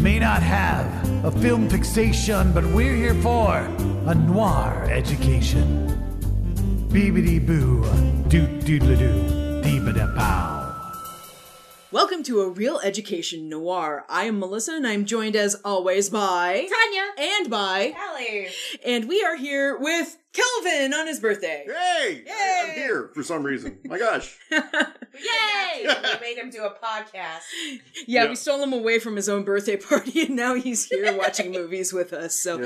may not have a film fixation, but we're here for a noir education. Beebity boo, doo doodle doo, dee da pow. Welcome to A Real Education Noir. I am Melissa and I'm joined as always by Tanya. and by Allie. and we are here with Kelvin on his birthday. Hey! I- I'm here for some reason. My gosh. Yay! we made him do a podcast. Yeah, Yeah. we stole him away from his own birthday party and now he's here watching movies with us.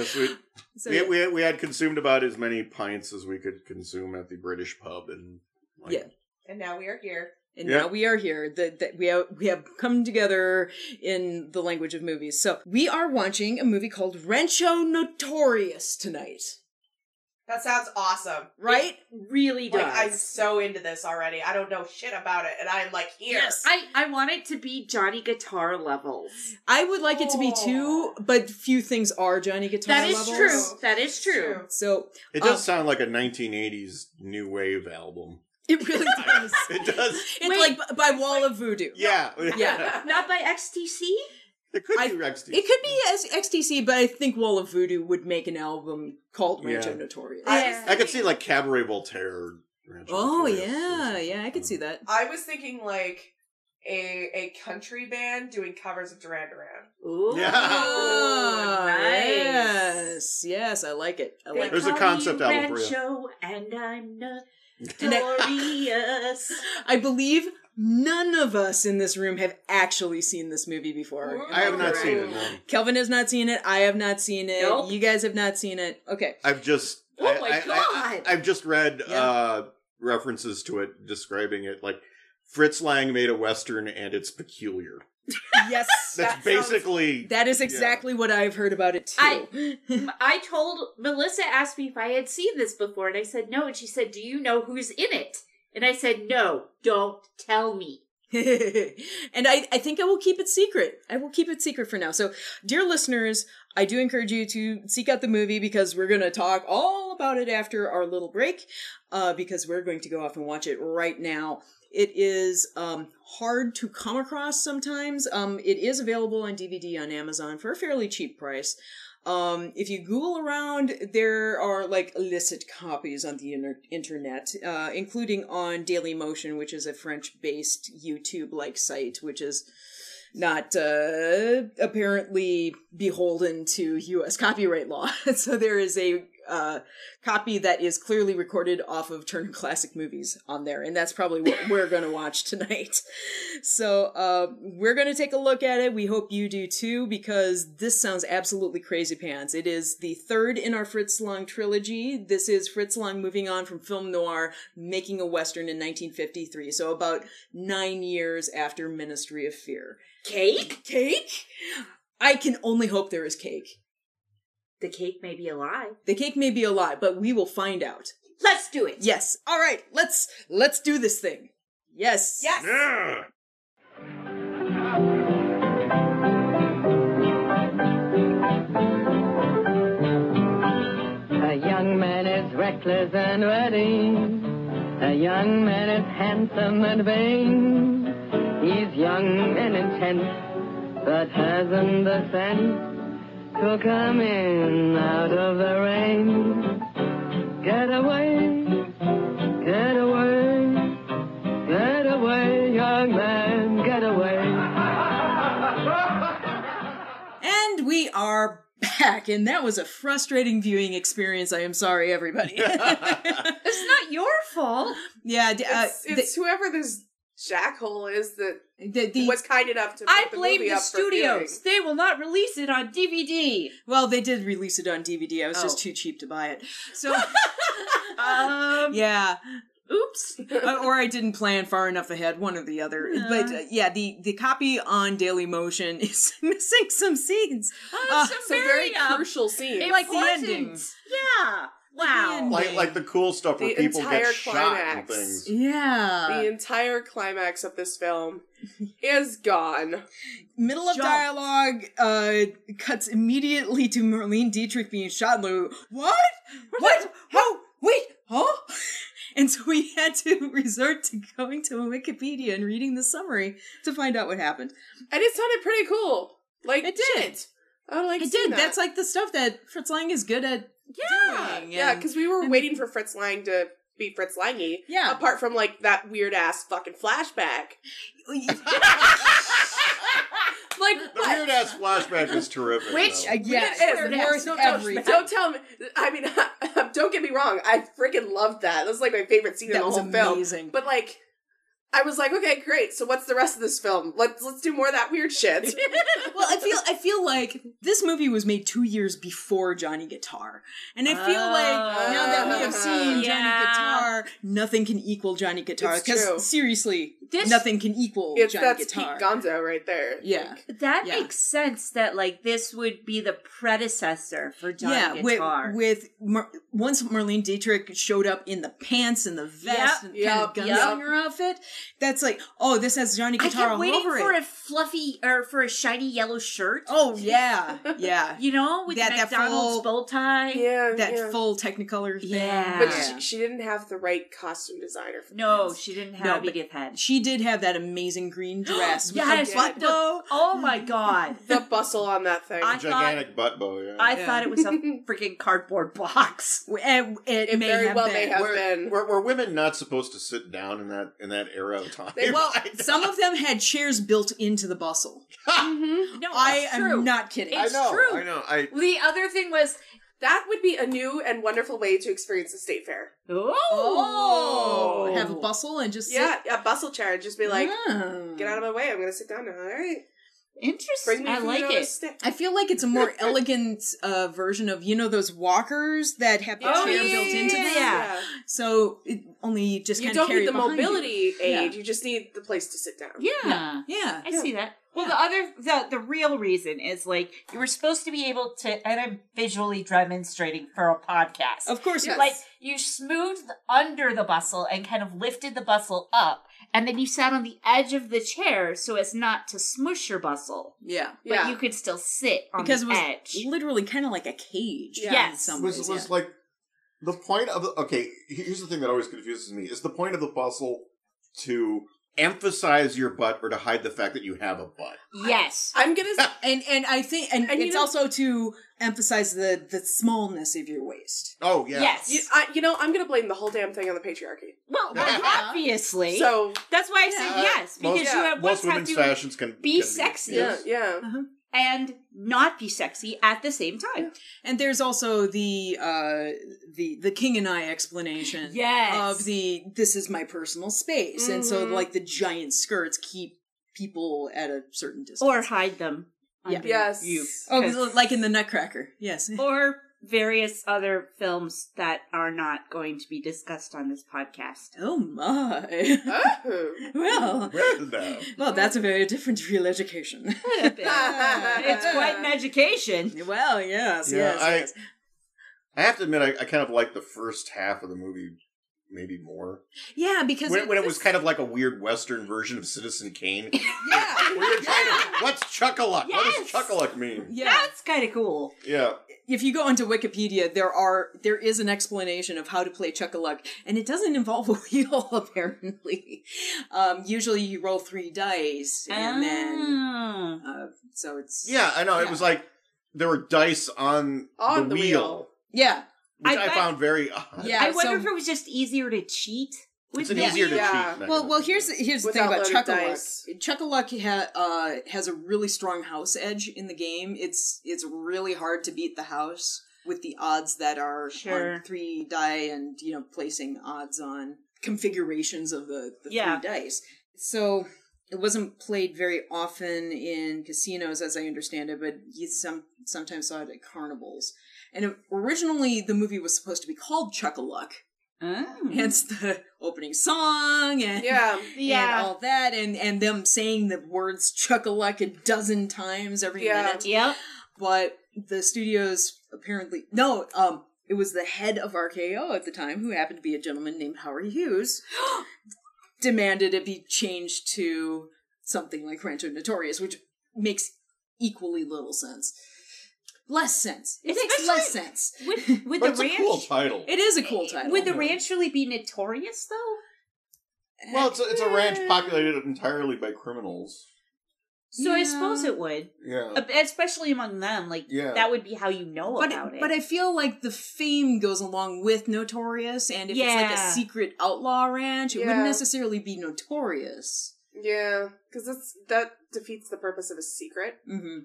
So, Yes, we, so we, we, we had consumed about as many pints as we could consume at the British pub. and like, Yeah. And now we are here. and Yeah. now we are here that that we have, we have come together in the language of movies. So, we are watching a movie called Rancho Notorious tonight. That sounds awesome. Right? really Like, I'm so into this already. I don't know shit about it, and I'm like here. Yes. I, I want it to be Johnny Guitar levels. I would like it to be too, Oh. but few things are Johnny Guitar. that is levels. true. That is true. So It Um, does sound like a 1980s new wave album. it really does. It does. It's Wait. like b- by Wall of Voodoo. Yeah. Yeah. Not by XTC? it could I- be Rex D. It could be as XTC, but I think Wall of Voodoo would make an album called Rancho Yeah. Notorious. I, Yeah. was I could thinking- see like Cabaret Voltaire. or Rancho oh Notorious or yeah, something. yeah, I could see that. I was thinking like a a country band doing covers of Duran Duran. Ooh. Yeah. Oh, nice. Yes, yes, I like it. I They like There's it. a call concept me album for Rancho, and I'm And I- notorious. I believe none of us in this room have actually seen this movie before. Am I have not correct? seen it. No. Kelvin has not seen it. I have not seen it. Nope. You guys have not seen it. Okay. I've just. Oh I- my I- I, God. have just read Yeah. uh, references to it describing it like Fritz Lang made a western and it's peculiar. Yes. That's That sounds- basically that is exactly what I've heard about it too. M- I told Melissa asked me if I had seen this before, and I said no, and she said, "Do you know who's in it?" And I said, "No, don't tell me." and I, I think I will keep it secret. I will keep it secret for now. So, dear listeners, I do encourage you to seek out the movie because we're going to talk all about it after our little break, uh, because we're going to go off and watch it right now. It is um, hard to come across sometimes. Um, it is available on DVD on Amazon for a fairly cheap price. Um, if you Google around, there are like illicit copies on the inter- internet, uh, including on Daily Motion, which is a French-based YouTube-like site, which is not uh, apparently beholden to U.S. copyright law. so there is a uh, copy that is clearly recorded off of Turner Classic Movies on there, and that's probably what we're going to watch tonight. So uh, we're going to take a look at it. We hope you do too, because this sounds absolutely crazy pants. It is the third in our Fritz Lang trilogy. This is Fritz Lang moving on from film noir, making a western in 1953, so about nine years after Ministry of Fear. Cake? Cake? I can only hope there is cake. The cake may be a lie. The cake may be a lie, but we will find out. Let's do it. Yes. All right. Let's let's do this thing. Yes. Yes. Yeah. A young man is reckless and ready. A young man is handsome and vain. He's young and intent, but hasn't the sense to come in out of the rain. Get away, get away, get away, young man, get away. And we are back, and that was a frustrating viewing experience. I am sorry, everybody. It's not your fault. yeah. d- Uh, It's, it's whoever this jackhole is that the, the, the, was kind enough to. I put blame movie the up for viewing. studios. They will not release it on DVD. well, they did release it on DVD. I was just Oh. too cheap to buy it. So Um, yeah, oops. Uh, or I didn't plan far enough ahead. One or the other. Yeah. But uh, yeah, the the copy on Daily Motion is missing some scenes. Oh, Uh, some Some very very um, crucial scenes. It- like the important. ending. Yeah. Wow. end. like like the cool stuff where The people entire get shot and climax. things. Yeah. the entire climax of this film is gone. middle of Jumped. dialogue uh, cuts immediately to Marlene Dietrich being shot. And Lou, what? What? How? Wait, huh? And so we had to resort to going to Wikipedia and reading the summary to find out what happened. And it sounded pretty cool. Like It did. I like it did. That's like the stuff that Fritz Lang is good at yeah, doing. yeah. and- Because we were and- waiting for Fritz Lang to be Fritz Langy. yeah. Apart from like that weird ass fucking flashback. Like The weird ass flashback was terrific. Which- though. Uh, yes, It is it the worth worst no, everything. don't, don't tell me. I mean, don't get me wrong. I freaking loved that. That was like my favorite scene in that the was whole film. amazing. But like, I was like, okay, great. So what's the rest of this film? Let's let's do more of that weird shit. well, I feel I feel like this movie was made two years before Johnny Guitar, and I feel like now that we have seen Oh. Yeah. Johnny Guitar, nothing can equal Johnny Guitar. It's true. Because seriously, This- nothing can equal it's Johnny that's Guitar. Pete Gonzo right there. yeah, That Yeah. makes sense that like this would be the predecessor for Johnny yeah. Guitar. With, with Mar- once Marlene Dietrich showed up in the pants and the vest and Yep, kind of yep. gunslinger outfit, that's like, oh, this has Johnny I Guitar kept all waiting over for it. a fluffy or for a shiny yellow shirt. Oh yeah, yeah. you know, with That- the that McDonald's full- bow tie. yeah, That yeah. full Technicolor thing. Yeah. But Yeah. she, she didn't have the right costume designer. For No, this. she didn't No, have but- Edith Head. She did have that amazing green dress. Yes, with the butt the- bow. Oh my god. the bustle on that thing. I gigantic butt bow, yeah. I Yeah. thought it was a freaking cardboard box. And it, it may very have well been. may have were, been. were, were women not supposed to sit down in that in that era of time? They- Well, I- some of them had chairs built into the bustle. Mhm. No, I it's am true. not kidding. I it's know, true. I know. I The other thing was, That would be a new and wonderful way to experience the state fair. oh, oh, have a bustle and just Yeah, a bustle chair and just be like, Hmm. get out of my way. I'm gonna sit down now. All right, bring Interesting. me I food like on a it. stick. I feel like it's a more elegant uh, version of you know those walkers that have the Oh, chair yeah, built into them. yeah. So it only just You kind of don't carry need the it behind you. mobility Yeah. aid. You just need the place to sit down. Yeah. Yeah, I see that. Well, the other, the the real reason is like you were supposed to be able to, and I'm visually demonstrating for a podcast. of course. Yes. Like you smoothed under the bustle and kind of lifted the bustle up, and then you sat on the edge of the chair so as not to smush your bustle, Yeah, but Yeah. you could still sit on because the it was edge. literally kind of like a cage. Yeah. in Yes. some was ways, was yeah. like the point of the, okay. Here's the thing that always confuses me: is the point of the bustle to emphasize your butt or to hide the fact that you have a butt? yes. I'm gonna. s- and and I think and, And you it's know- also to emphasize the the smallness of your waist. Oh yeah, Yes. You, I, you know, I'm gonna blame the whole damn thing on the patriarchy. well, Yeah. obviously. So that's why I said Yeah. yes because most, you have most once have women's to fashions can be can sexy. yeah, yes. yeah. and not be sexy at the same time. And there's also the uh the the king and I explanation Yes. of the this is my personal space, and so Mhm. like the giant skirts keep people at a certain distance, or hide them. Yeah. under Yes. You. oh, like in the Nutcracker, yes, Or various other films that are not going to be discussed on this podcast. oh my, Oh. well. Well, now. Well, that's a very different real education. it's quite an education. well, yes, Yeah, yes, I- yes. I have to admit, I, I kind of liked the first half of the movie, maybe more Yeah, because when, when it was kind of like a weird Western version of Citizen Kane. yeah, We were trying to, what's chuckaluck? Yes. What does chuckaluck mean? yeah. That's kind of cool. Yeah, if you go onto Wikipedia, there are there is an explanation of how to play Chuck-a-Luck, and it doesn't involve a wheel. Apparently, um, usually you roll three dice, and then Oh. uh, so it's yeah, I know. It Yeah. was like there were dice on On the, the wheel, wheel. yeah, which I I, bet- found very odd. yeah. I wonder so- if it was just easier to cheat. it's With an Yeah. easier to Yeah. cheat. mechanism. Well, well, here's the- here's the thing Without about loaded Chuck-a-Luck. dice. Chuck-a-Luck ha- uh, has a really strong house edge in the game. It's it's really hard to beat the house with the odds that are Sure. on three die and you know placing odds on configurations of the, the Yeah. three dice. So it wasn't played very often in casinos, as I understand it, but you some sometimes saw it at carnivals. And originally, the movie was supposed to be called Chuck-a-Luck, Oh. hence the opening song and Yeah. and Yeah. all that, and and them saying the words chuck-a-luck a dozen times every Yeah. minute. Yep. But the studios apparently no, um, it was the head of RKO at the time, who happened to be a gentleman named Howard Hughes, demanded it be changed to something like Rancho Notorious, which makes equally little sense. Less sense. It makes less Especially- sense. Would, would but the it's ranch a cool title. It is a cool title. would the ranch really be notorious though? well, it's a, it's a ranch populated entirely by criminals. So I Yeah. suppose it would, Yeah. especially among them. Like Uh, Yeah. that would be how you know but about it. but I feel like the fame goes along with notorious, and if it's like a Yeah. secret outlaw ranch, it Yeah. wouldn't necessarily be notorious. Yeah, because that's that defeats the purpose of a secret. Mm-hmm.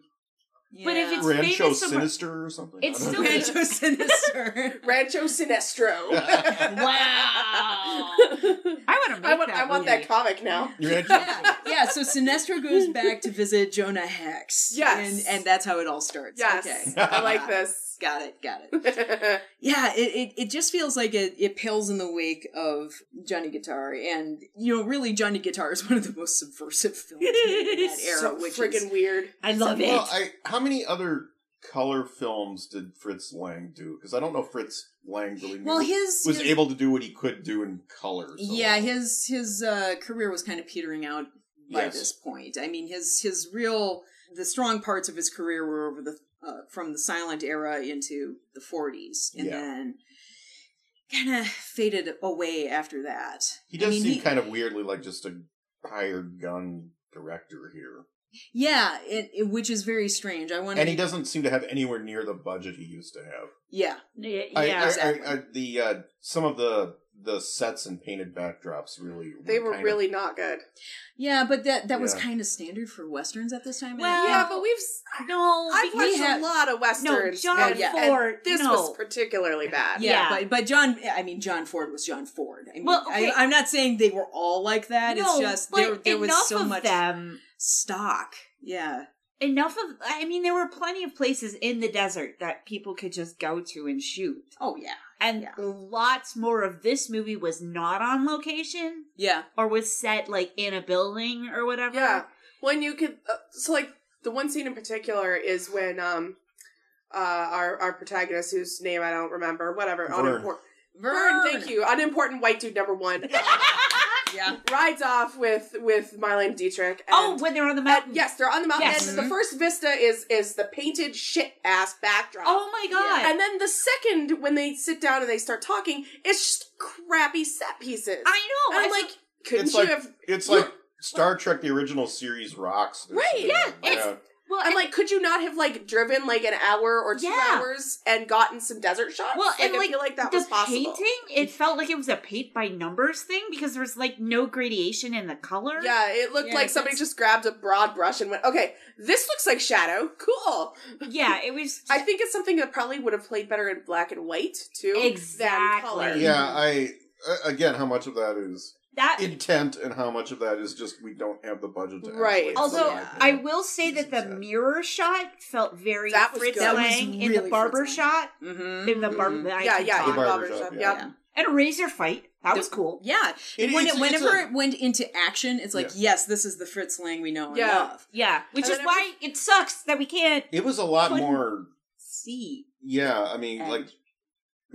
But if it's Rancho famous somewhere- Sinister or something? It's I don't still- know. Rancho Sinister, Rancho Sinestro. Wow. I want to. I want. I want that comic now. Rancho- yeah, yeah. So Sinestro goes back to visit Jonah Hex. Yes. and, and that's how it all starts. Yes, okay, I like this. got it, got it. Yeah, it, it, it just feels like it, it pales in the wake of Johnny Guitar. And, you know, really, Johnny Guitar is one of the most subversive films made in that era, so which friggin' is, weird. I love it. Well, I, how many other color films did Fritz Lang do? Because I don't know if Fritz Lang really knew- Well, his. was his- able to do what he could do in color. so- yeah, his, his uh, career was kind of petering out by Yes. this point. I mean, his, his real. The strong parts of his career were over the. Uh, from the silent era into the 40s. And Yeah. then kind of faded away after that. he does I mean, seem he- kind of weirdly like just a hired gun director here, Yeah, it, it- which is very strange. I want and he doesn't seem to have anywhere near the budget he used to have. Yeah. yeah, I- I, yeah. I, I, the uh, some of the the sets and painted backdrops really They were kind of- really not good. Yeah, but that that was Yeah. kind of standard for westerns at this time. Well, Yeah, and- but we've. s- no, I've we- watched have- a lot of westerns. John and, and Ford, this no. was particularly bad. yeah, yeah. but but John, I mean John Ford was John Ford. I mean, Well, okay. I, I'm not saying they were all like that. no, it's just but there there was enough so of much them. stock. Yeah, Enough of. I mean, there were plenty of places in the desert that people could just go to and shoot, oh yeah, and Yeah. lots more of this movie was not on location yeah, or was set like in a building or whatever. Yeah. When you could, uh, so like the one scene in particular is when um, uh, our our protagonist, whose name I don't remember, whatever, Vern. unimpor- Vern, thank you, unimportant white dude number one, Yeah, rides off with with Marlene Dietrich. And, Oh, when they're on the mountain. and- yes, they're on the mountain. Yes. And the first vista is is the painted shit ass backdrop. Oh my god. And then the second, when they sit down and they start talking, it's just crappy set pieces. I know. And I'm I like, couldn't It's you like- have? It's like Star Trek: The Original Series rocks. There's Right, some- yeah, it's- well, I'm and- like, could you not have like driven like an hour or two Yeah. hours and gotten some desert shots? Well, and, I like, feel like that the was possible. painting, it felt like it was a paint by numbers thing because there was like no gradation in the color. Yeah, it looked Yeah, like somebody that's- just grabbed a broad brush and went, "Okay, this looks like shadow. Cool." Yeah, it was. I think it's something that probably would have played better in black and white too. Than Exactly. color. yeah. I a- again, how much of that is that. intent, and how much of that is just we don't have the budget to Right. actually although provide I that. will say that This is the it. mirror shot felt very That was Fritz good. That was Lang in really the Fritz barber Lang. shot. mm-hmm. In the barber, I yeah, can yeah, talk. in The barber barbershop. shop, Yep. yeah. and a razor fight. That was cool. yeah. It- when it, it's- it's whenever a- it went into action, it's like Yeah. yes, this is the Fritz Lang we know and Yeah. love. Yeah, which And is then why it sucks that we can't It was a lot Couldn't- more, see. yeah. I mean, And- like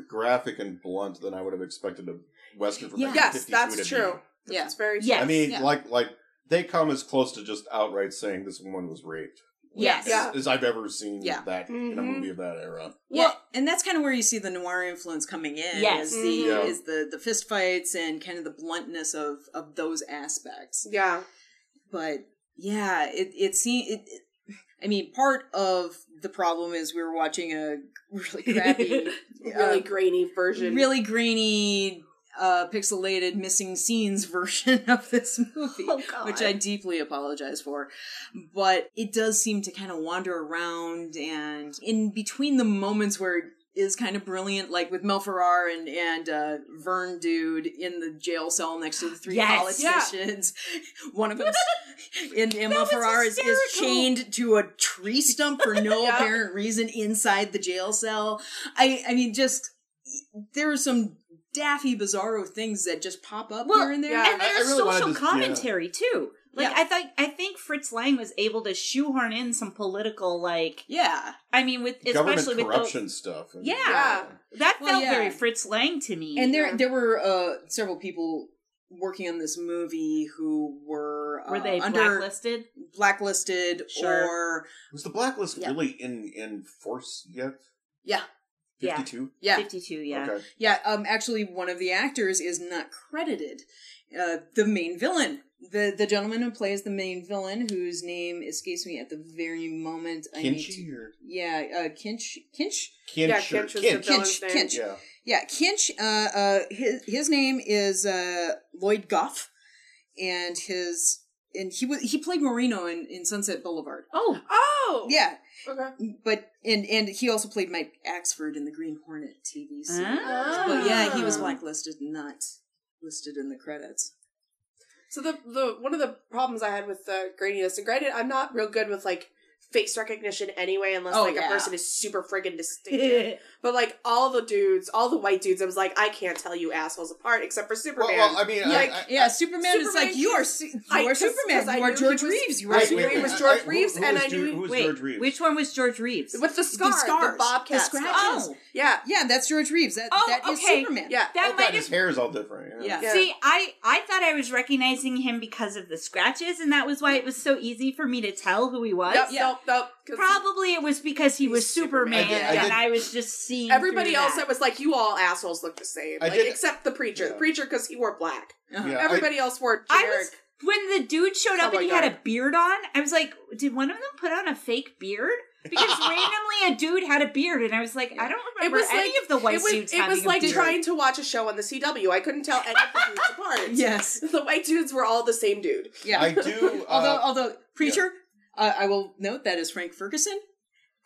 graphic and blunt than I would have expected a western from Yeah. Yes, 1952 that's to be. true. Yeah. It's very Yes. I mean, Yeah. like like they come as close to just outright saying this woman was raped Yes. as, Yeah. as I've ever seen Yeah. that in a Mhm. movie of that era. Yeah, Well- and that's kind of where you see the noir influence coming in. Yes. is the Yeah. is the the fist fights and kind of the bluntness of of those aspects. Yeah. But yeah, it it seems. It, it, I mean, part of the problem is we were watching a really crappy, Really grainy version. really grainy, uh, pixelated, missing scenes version of this movie Oh god. which I deeply apologize for. But it does seem to kind of wander around and in between the moments where it is kind of brilliant, like with Mel Ferrar and, and uh, Vern Dude in the jail cell next to the three Yes. Yeah. politicians. One of them in in Mel was Ferrar is, is hysterical. chained to a tree stump for no Yeah. apparent reason inside the jail cell. I I mean just there are some daffy bizarro things that just pop up Well, here and there. yeah. and I- I there's really wanted social to- commentary too. Like Yeah. I think I think Fritz Lang was able to shoehorn in some political like yeah. I mean with Government especially corruption stuff. and- Yeah. Yeah. with the, that Well, felt yeah. very Fritz Lang to me. And there, Yeah. there were uh, several people working on this movie who were uh, were they under blacklisted? blacklisted Sure. or Was the blacklist Yeah. really in in force yet? yeah, Yeah. 52? Yeah, 52, yeah. Okay. yeah. Um, actually, one of the actors is not credited. Uh, the main villain, the the gentleman who plays the main villain, whose name escapes me at the very moment. I need to- Kinchy or yeah, uh, Kinch, Kinch, Kinch? Yeah, or Kinch was the Kinch. villain's Kinch, name. Kinch. Yeah. Yeah, Kinch. Uh, uh, his his name is uh, Lloyd Goff, and his and he was he played Marino in, in Sunset Boulevard. Oh, Oh, Yeah, Okay. but and and he also played Mike Axford in the Green Hornet TV series. Oh. Ah. But yeah, he was blacklisted, not listed in the credits. So the the one of the problems I had with the graininess, and granted, I'm not real good with like face recognition anyway, unless Oh, like yeah. a person is super friggin' distinctive. but like all the dudes, all the white dudes, I was like, I can't tell you assholes apart except for Well, Superman. well, I mean, I- Like, I, yeah, Superman, is Superman like you are. keeps- Su- You I- are 'cause- Superman. 'cause I You are knew George he was- Reeves. You I are knew he Wait, Superman. wait, was I- George I- who- Reeves, who and was I Ju- knew he- who was Wait, George Reeves. which one was George Reeves? with the scar, the scars. bobcat The scar. scratches. oh, Yeah, yeah, that's George Reeves. That Oh, that is okay. Superman. yeah. Oh, That God, might his have hair is all different. Yeah. Yeah. See, I I thought I was recognizing him because of the scratches, and that was why it was so easy for me to tell who he was. Nope, Yeah. nope, nope. 'cause Probably it was because he He's was Superman. Superman, I did- I did- and I was just seeing Everybody through else that. that was like, you all assholes look the same, I like did- except the preacher. Yeah. The preacher because he wore black. Uh-huh. Yeah, I- Everybody else wore I generic. was when the dude showed up Cowboy and he had a garb. beard on. I was like, did one of them put on a fake beard? Because randomly a dude had a beard, and I was like, I don't remember was any like- of the white it was, suits it having was a like beard. trying to watch a show on the CW. I couldn't tell any of the dudes apart. Yes. The white dudes were all the same dude. Yeah. I do. Uh, although although preacher, uh, I will note that is Frank Ferguson,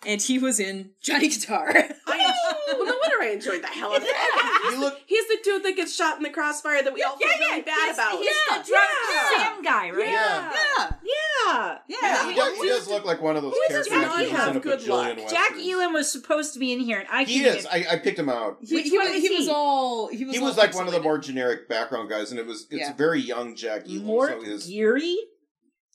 and he was in Johnny Guitar. I well, no wonder I enjoyed the hell out of that. you look. He's the dude that gets shot in the crossfire that we all feel really bad he's, about. He's the drunk Sam guy, right? Yeah. Ah, yeah, Yeah. yeah. He does, he does look like one of those who does characters not who's have in a good bajillion luck? westerns. Jack Elam was supposed to be in here, and I He couldn't is. get- I, I picked him out. He, Which he, one was- is he he? was all he was. He all was like one of the pixelated. more generic background guys, and it was it's Yeah. a very young Jack Elam. Mort so his, Geary.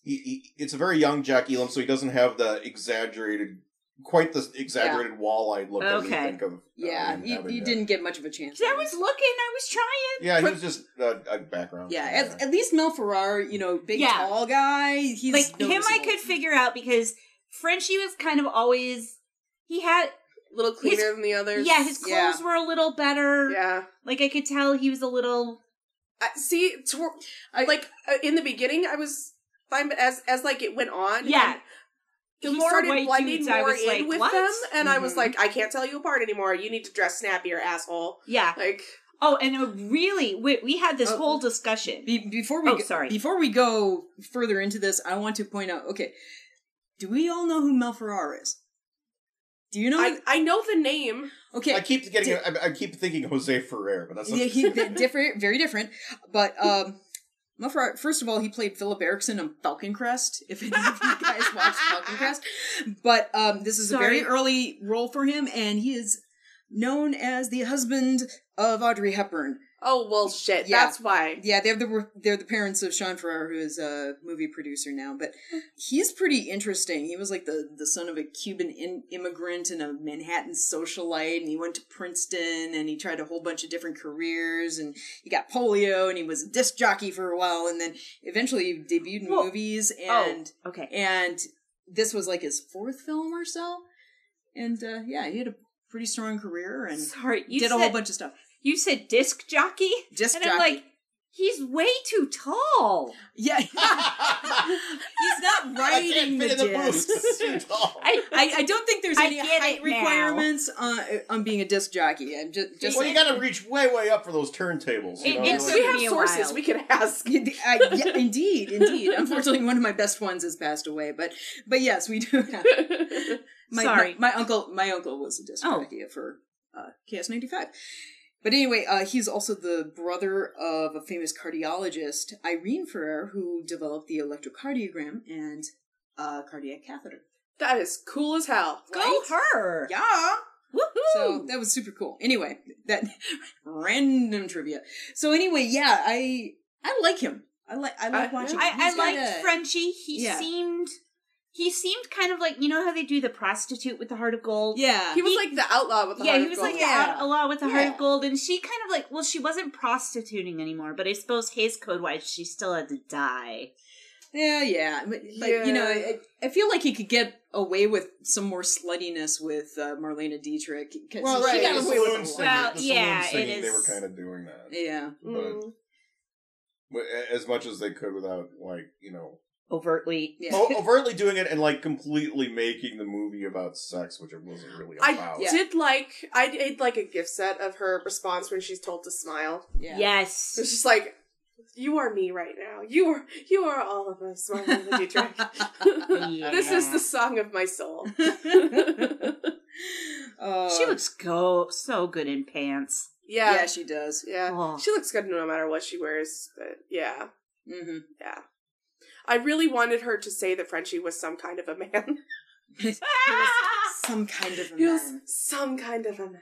he, he, it's a very young Jack Elam, so he doesn't have the exaggerated, quite the exaggerated walleye look that Okay. we think of. uh, Yeah, him you, having you there. didn't get much of a chance. 'Cause I was looking. I was trying. Yeah, he was just uh, a background. Yeah, at, at least Mel Ferrar, you know, big Yeah. tall guy. He's like him, I noticeable. could figure out because Frenchie was kind of always. He had A little cleaner than the others. yeah. His clothes yeah. were a little better. Yeah. Like I could tell he was a little. I, see, tw- I- like uh, in the beginning, I was fine, but as as like it went on, Yeah. and The he more started white blending dudes, more I was in like, with "What?" Mm-hmm. them, and I was Mhm. like, I can't tell you apart anymore. You need to dress snappier, asshole. Yeah. Like, Oh, and uh, really, we, we had this Oh. whole discussion. Be- before we Oh, go, sorry. before we go further into this, I want to point out. Okay, do we all know who Mel Ferrar is? Do you know? I I know the name. okay, I keep getting. I, I keep thinking Jose Ferrer, but that's not, yeah, he different, very different. But um, Mel Ferrar, first of all, he played Philip Erickson on Falcon Crest. If any of you guys watched Falcon Crest, but um, this is a very Sorry. early role for him, and he is known as the husband of Audrey Hepburn. Oh well, shit. Yeah. That's why. Yeah, they're the they're the parents of Sean Farrar, who is a movie producer now. But he's pretty interesting. He was like the the son of a Cuban in, immigrant and a Manhattan socialite, and he went to Princeton and he tried a whole bunch of different careers, and he got polio, and he was a disc jockey for a while, and then eventually he debuted in Whoa. movies, and oh, okay. and this was like his fourth film or so, and uh, yeah, he had a pretty strong career and Sorry, you did said a whole bunch of stuff. you said disc jockey, Disc and jockey. I'm like, he's way too tall. Yeah, he's not I writing can't the fit in the discs. booth. It's too tall. I, I, I don't think there's I any get height it now. requirements on, on being a disc jockey. I'm just, just well, you got to reach way, way up for those turntables. You It- know? we You're like- it's- took me have a sources while. we can ask. I, yeah, indeed, indeed. Unfortunately, one of my best ones has passed away, but but yes, we do. Have. My, Sorry. my, my uncle, my uncle was a disc Oh. jockey for uh, KS ninety five. But anyway, uh, he's also the brother of a famous cardiologist, Irene Ferrer, who developed the electrocardiogram and uh, cardiac catheter. that is cool as hell. go her. Yeah. Woohoo! So that was super cool. Anyway, that random trivia. So anyway, yeah, I I like him. I like I like I- watching. him. I, I He's got liked a- Frenchie. He Yeah. seemed he seemed kind of like you know how they do the prostitute with the heart of gold. Yeah, He was like the outlaw with the yeah, heart he of was gold. like Yeah. the a lot with the heart Yeah. of gold, and she kind of like well, she wasn't prostituting anymore, but I suppose Hayes code wise, she still had to die. Yeah, yeah, but, but you know, I, I feel like he could get away with some more sluttiness with uh, Marlena Dietrich because Well, she right, got the away with a saloon lot. singing, Well, the yeah, saloon singing, it They were is- kind of doing that, Yeah, but but as much as they could without like you know overtly. yeah. o- overtly doing it and like completely making the movie about sex, which it wasn't really I about. Yeah. did like I did like a gift set of her response when she's told to smile. yeah. Yes. It's just like you are me right now. You are you are all of us, Marlena Dietrich. This is the song of my soul. Uh, She looks go so good in pants. Yeah, Yeah, she does. yeah. Oh. She looks good no matter what she wears. But yeah, hmm yeah. I really wanted her to say that Frenchie was some kind of a man. Some kind of a he was man. some kind of a man.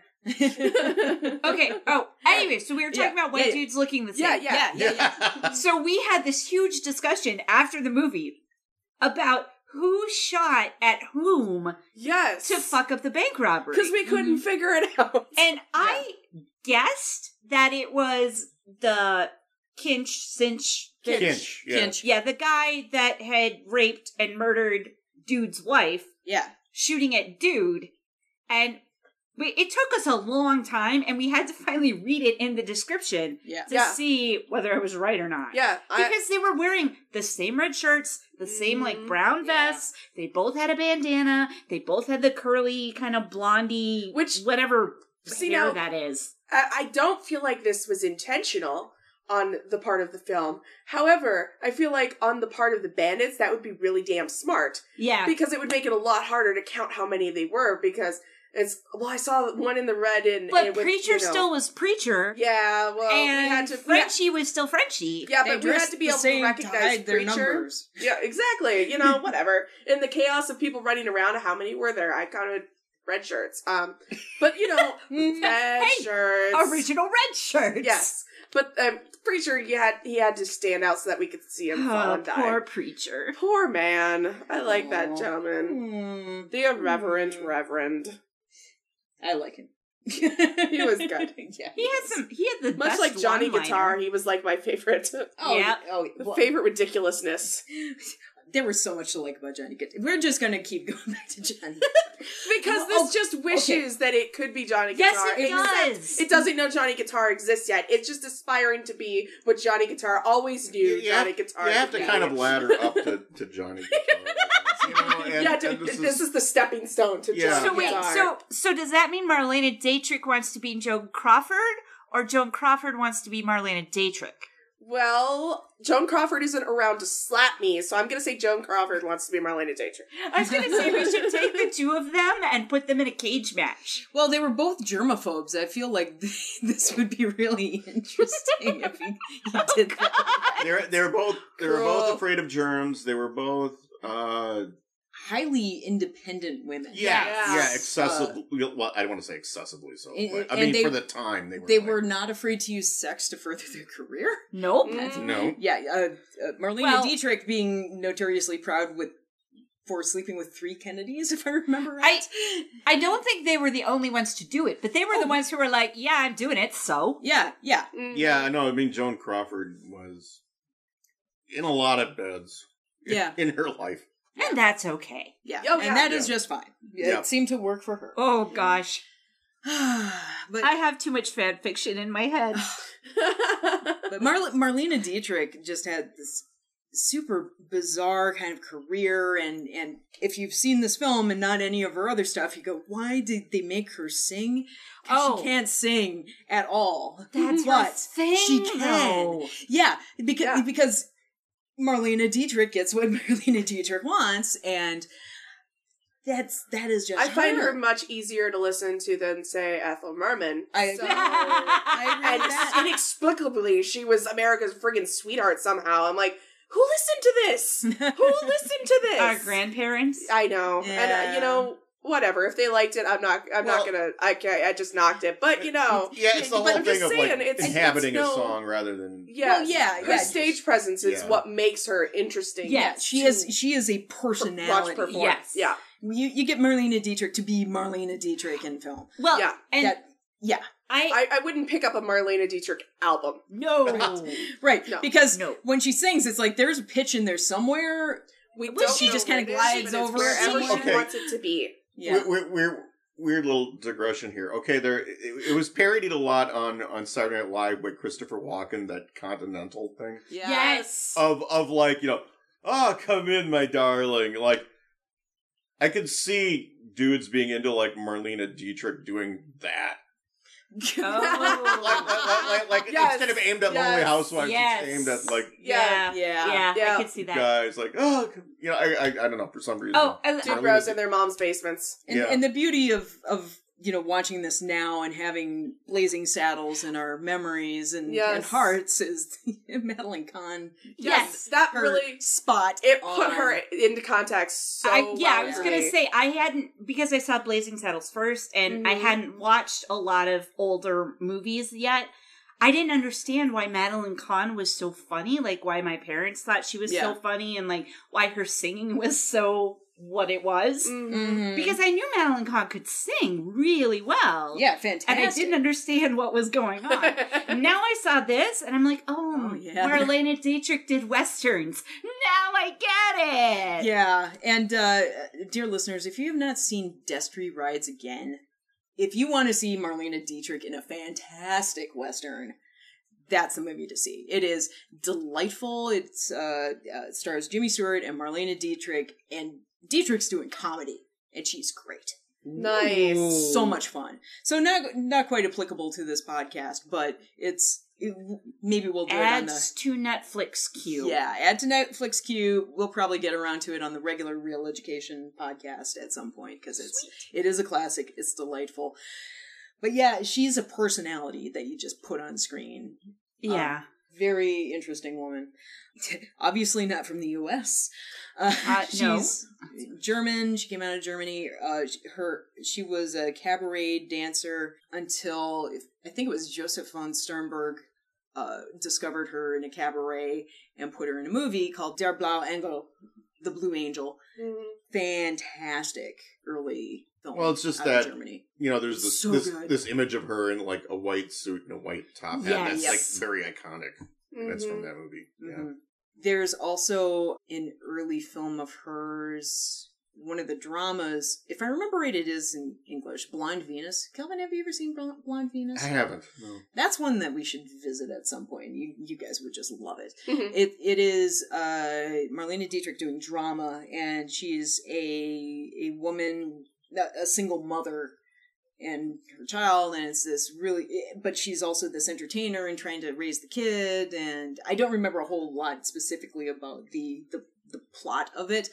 okay. Oh, anyway, so we were talking Yeah, about white yeah, yeah. dudes looking the same. yeah, Yeah, yeah, yeah. So we had this huge discussion after the movie about who shot at whom Yes, to fuck up the bank robbery. Mm-hmm. because we Mm-hmm. couldn't figure it out. and I guessed that it was the Kinch Cinch. the- Kinch, yeah. Kinch. Yeah, the guy that had raped and murdered dude's wife Yeah. shooting at dude and we, it took us a long time and we had to finally read it in the description Yeah. to Yeah. see whether I was right or not yeah, I, because they were wearing the same red shirts the same like Mhm. brown Yeah. vests they both had a bandana they both had the curly kind of blondie Which- whatever See, hair now- that is I, I don't feel like this was intentional on the part of the film. However, I feel like on the part of the bandits, that would be really damn smart yeah because it would make it a lot harder to count how many they were. Because it's well, I saw one in the red and but and with, preacher you know- still was preacher Yeah, well, we had and to. we had- Frenchie was still Frenchie. yeah, but They we just had to be the able to same recognize tied their preacher. numbers. Yeah, exactly. You know, whatever. In the chaos of people running around, how many were there? I counted red shirts. Um, but you know, red Hey, shirts. Original red shirts. Yes, but I'm pretty sure he had he had to stand out so that we could see him fall Oh, and die. poor Poor, preacher. man. I like Aw. that gentleman. Hmm. The irreverent reverend. I like him. He was good. yeah. He had some. He had the Much best like Johnny one-liner. Guitar, he was like my favorite. Oh, Yeah. oh The well, favorite ridiculousness. there was so much to like about Johnny Guitar. We're just gonna keep going back to Johnny. Because Well, this just wishes that oh, it could be Johnny Guitar. Yes, it does. It doesn't know Johnny Guitar exists yet. It's just aspiring to be what Johnny Guitar always knew You Johnny have- Guitar. You have would to be. kind of ladder up to, to Johnny. Guitar, you know, and- yeah, to- and this, is, the stepping stone to Yeah. Johnny So wait. Guitar. So so does that mean Marlena Dietrich wants to be Joan Crawford, or Joan Crawford wants to be Marlena Dietrich? Well, Joan Crawford isn't around to slap me, so I'm gonna say Joan Crawford wants to be Marlena Dietrich. I was gonna say we should take the two of them and put them in a cage match. Well, they were both germaphobes. I feel like this would be really interesting if he, he did that. they're they're both they were both Cool. afraid of germs. They were both uh Highly independent women. Uh, yeah Yeah. yeah excessively well I don't want to say excessively so And- but, I and mean they- for the time they were They like, were not afraid to use sex to further their career. Nope. Mm. no Yeah, uh, uh, Marlena Well- Dietrich being notoriously proud with for sleeping with three Kennedys, if I remember right. I I don't think they were the only ones to do it, but they were the ones who were like, "Yeah, I'm doing it." So yeah, yeah, yeah I know I mean Joan Crawford was in a lot of beds Yeah. in her life and that's okay. yeah, Oh, yeah. and that is Yeah. just fine. Yeah. It seemed to work for her. Oh gosh. but I have too much fan fiction in my head. but Marle- Marlena Dietrich just had this super bizarre kind of career and and if you've seen this film and not any of her other stuff you go why did they make her sing 'Cause Oh. she can't sing at all That's her but thing, she can though. yeah because Yeah. because Marlena Dietrich gets what Marlena Dietrich wants and that's that is just I find her her much easier to listen to than say Ethel Merman. I- So- I agree and with that. inexplicably, she was America's friggin' sweetheart somehow. I'm like, who listened to this? Who listened to this? Our grandparents. I know, and uh, Yeah. you know, whatever. If they liked it, I'm not. I'm not Well- gonna. I can't. I just knocked it. But you know, yeah it's the But whole I'm just thing of saying, like it's- it's inhabiting a no- song rather than yeah, Well, yeah, Her yeah. stage presence is Yeah. what makes her interesting. Yeah, yeah, she to is she is a Watch personality. perform. Yes. Yeah. You you get Marlena Dietrich to be Marlena Dietrich in film. Well, Yeah, and that- Yeah, I, I, I wouldn't pick up a Marlena Dietrich album. no. Right, No. because No. when she sings, it's like there's a pitch in there somewhere. We Well, don't she know just what kinda it is, glides but it's over wherever she everyone. Okay. wants it to be. Yeah, We're, we're, weird little digression here. Okay, there it, it was parodied a lot on on Saturday Night Live by Christopher Walken, that Continental thing yeah. Yes. of of like you know, oh come in, my darling. Like I could see dudes being into like Marlena Dietrich doing that. Oh. Like, like, like, like, like Yes, instead of aimed at lonely yes, housewives, yes. it's aimed at like yeah. Yeah. Yeah. Yeah. I could see that. guys. Like oh, come- you know, I, I I don't know for some reason. Oh, I, Dude Marlena bros Dietrich- in their mom's basements. And, Yeah. and the beauty of of you know watching this now and having blazing saddles in our memories and, Yes. and hearts is Madeline Kahn. Yes, that her really spot it on- put her into context so I, yeah, I well was for gonna me. say I hadn't because I saw Blazing Saddles first, and I Mm-hmm. Mhm. hadn't watched a lot of older movies yet. I didn't understand why Madeline Kahn was so funny, like why my parents thought she was Yeah. so funny, and like why her singing was so what it was. Mhm. Mhm. Because I knew Madeline Kahn could sing really well, yeah, and fantastic. I didn't understand what was going on. now I saw this, and I'm like, oh, Oh, yeah. Marlena Dietrich did westerns. Now I get it. Yeah, and uh, dear listeners, if you have not seen Destry Rides Again, if you want to see Marlena Dietrich in a fantastic western, that's the movie to see. It is delightful. It's uh, uh, it stars Jimmy Stewart and Marlena Dietrich, and Dietrich's doing comedy, and she's great. nice. So much fun. So not not quite applicable to this podcast, but it's it, maybe we'll do it on the Adds to Netflix queue. yeah, add to Netflix queue. We'll probably get around to it on the regular Real Education podcast at some point because it's it is a classic. It's delightful. But yeah, she's a personality that you just put on screen. Yeah. Very interesting woman. Obviously not from the U.S. Uh, Uh, no. she's German. She came out of Germany. Uh, sh- her she was a cabaret dancer until I think it was Joseph von Sternberg uh, discovered her in a cabaret and put her in a movie called Der Blaue Engel, the Blue Angel. Mhm. Fantastic early film. Well, it's just out of that- Germany. you know, there's this So this, good. this image of her in like a white suit and a white top hat. Yeah, That's yes. like very iconic. That's from Mhm. that movie. Yeah. Mhm. There's also an early film of hers. One of the dramas, if I remember right, it is in English. Blind Venus. Calvin, have you ever seen Bl- Blind Venus? I haven't. No. That's one that we should visit at some point. You you guys would just love it. Mhm. It it is uh, Marlena Dietrich doing drama, and she's a a woman, a- a single mother, and her child, and it's this really. eh, But she's also this entertainer and trying to raise the kid. And I don't remember a whole lot specifically about the the, the plot of it,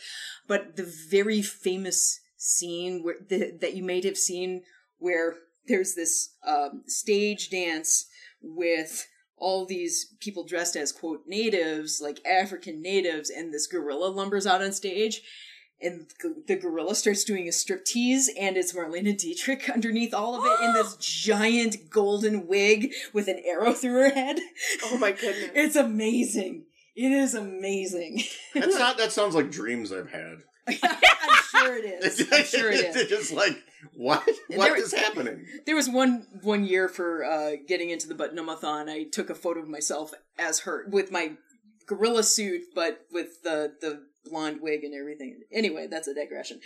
but the very famous scene where the, that you might have seen where there's this um, stage dance with all these people dressed as quote natives like african natives and this gorilla lumbers out on stage and g- the gorilla starts doing a striptease and it's marlena dietrich underneath all of it in this giant golden wig with an arrow through her head Oh my goodness. it's amazing it is amazing That's not. That sounds like dreams I've had. i'm sure it is i'm sure it is It's just like what? And What there- is happening? There was one one year for uh, getting into the Buttonumathon. I took a photo of myself as her with my gorilla suit, but with the the blonde wig and everything. Anyway, that's a digression.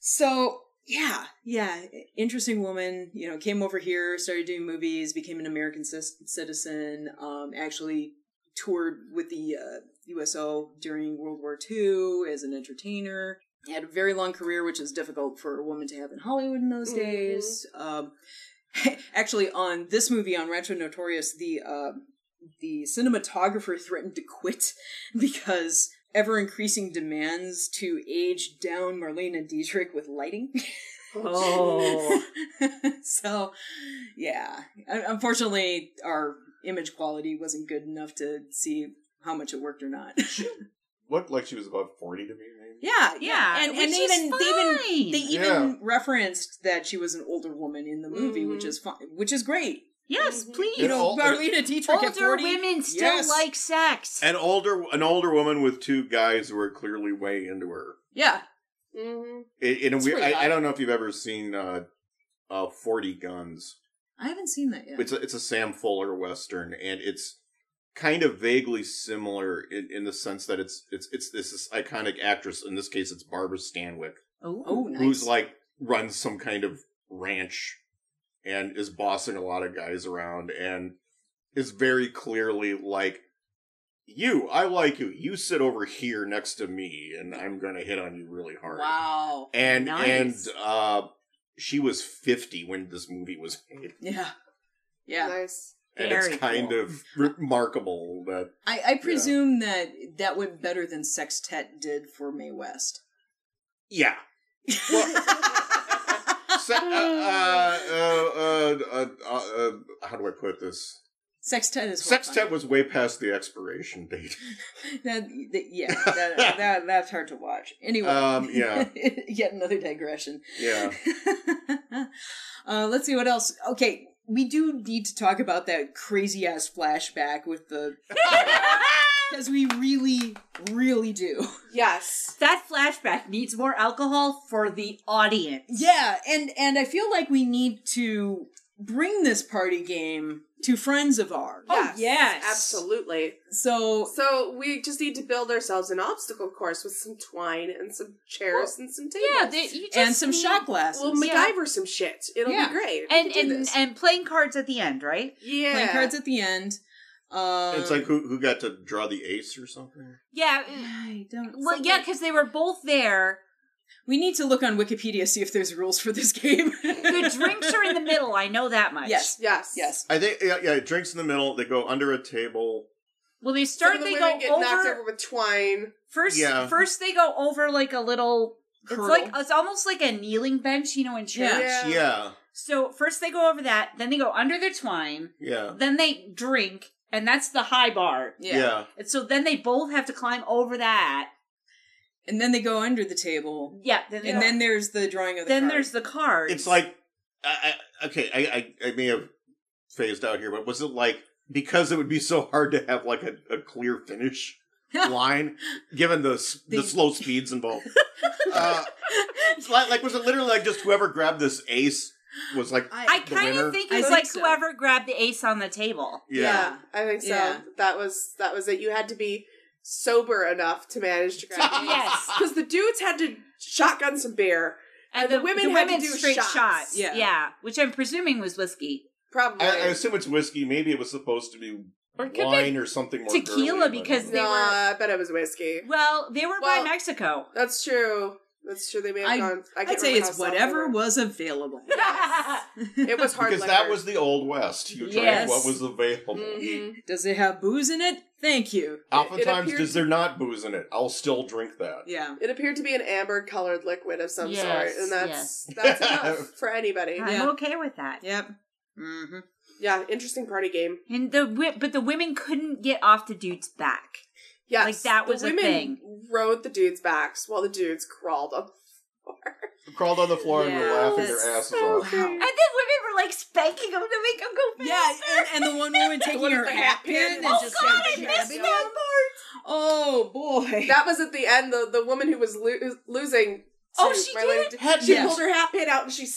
So yeah, yeah, interesting woman. You know, came over here, started doing movies, became an American cis- citizen. Um, actually toured with the uh, USO during World War II as an entertainer. Had a very long career, which is difficult for a woman to have in Hollywood in those Mhm. days. Um, actually, on this movie on Rancho Notorious, the uh, the cinematographer threatened to quit because ever increasing demands to age down Marlena Dietrich with lighting. Oh. so, yeah. Un- Unfortunately, our image quality wasn't good enough to see how much it worked or not. What? Like she was about forty to me? Maybe? yeah, Yeah, And, which and they is even they even fine. they even Yeah. referenced that she was an older woman in the movie, which Mhm. Mm-hmm. is fine, which is great. yes, Mhm. please. You And know, all- Marlena Dietrich at Older 40, women still yes. like sex. An older, an older woman with two guys who are clearly way into her. Yeah, Mhm. I- in a It's weird, really I, I odd. don't know if you've ever seen uh, uh, Forty Guns. I haven't seen that yet. It's a, it's a Sam Fuller western, and it's kind of vaguely similar in, in the sense that it's it's it's this, this iconic actress. In this case, it's Barbara Stanwyck, oh, nice. who's like runs some kind of ranch and is bossing a lot of guys around, and is very clearly like. You, I like you. You sit over here next to me, and I'm gonna hit on you really hard wow. and Nice. and uh she was 50 when this movie was made Yeah. Yeah. Nice. and Very it's kind cool. of remarkable that I, I presume that that went better than Sextet did for Mae West. yeah Well- Se- uh, uh, uh, uh, uh, uh, how do i put this Sextet is sextet horrifying. was way past the expiration date That, that, yeah, that, that, that's hard to watch. Anyway, Um, yeah. yet another digression. yeah uh, let's see what else. Okay, we do need to talk about that crazy ass flashback with the because we really, really do. Yes. That flashback needs more alcohol for the audience. Yeah, and and I feel like we need to bring this party game to friends of ours. yes. Absolutely. So So we just need to build ourselves an obstacle course with some twine and some chairs and some tables. Yeah, they, you just and some need- shot glasses. We'll Yeah. MacGyver some shit. It'll Yeah. be great. We And can do and this. and playing cards at the end, right? yeah. playing cards at the end. Um, it's like who who got to draw the ace or something Yeah. I don't. Well, yeah, because they were both there. We need to look on Wikipedia see if there's rules for this game. The drinks are in the middle. I know that much. Yes. yes. Yes. i think yeah, yeah drinks in the middle they go under a table Well, they Some start. of the they women go get knocked over with twine. First, Yeah. first they go over like a little. Hurdle. It's like it's almost like a kneeling bench, you know, in church. Yeah. Yeah. yeah So first they go over that, then they go under the twine, yeah then they drink, and that's the high bar. yeah, Yeah. And so then they both have to climb over that. And then they go under the table. Yeah. Then they And go- then there's the drawing of the then card. there's the cards. it's like I, I, okay I, I i may have phased out here but was it like because it would be so hard to have like a, a clear finish line given the s- the, The- slow speeds involved uh, it's like, like was it literally like just whoever grabbed this ace was like I the kind winner? of think I it's think like so. whoever grabbed the ace on the table. yeah I think so. Yeah. That was that was it. You had to be sober enough to manage to grab. Yes. Because the dudes had to shotgun some beer. And the women had to do shots. shots. Yeah. Yeah. Which I'm presuming was whiskey. Probably. I, I assume it's whiskey maybe it was supposed to be Or it could wine or something more tequila girly, but- because they nah, were- I bet it was whiskey. Well, they were Well- by Mexico. That's true. That's true. They may have I- gone. I I'd can't say remember it's how soft they whatever were. was available. It was hard because liquor. that was the old west you drank Yes. what was available Mhm. Does it have booze in it? Thank you. oftentimes appeared- does there not booze in it i'll still drink that Yeah. It appeared to be an amber colored liquid of some Yes, sort, and that's that's enough for anybody. I'm okay with that. Yep. hmm Yeah, interesting party game. And the wi- but the women couldn't get off the dude's back. Yes, Like, that was a the women thing. Rode the dudes' backs while the dudes crawled up. crawled on the floor and were Yeah, laughing their that's asses Oh, so off. weird. And then women were like spanking him to make him go Yeah, faster. and, and the one woman taking one with her the hat hat pin pin and and oh just god, I kept missed jabbing that him. part. Oh boy. That was at the end. The the woman who was lo- losing. to Oh, she my did? lady- Head She Yeah. pulled her hat pin out and she s-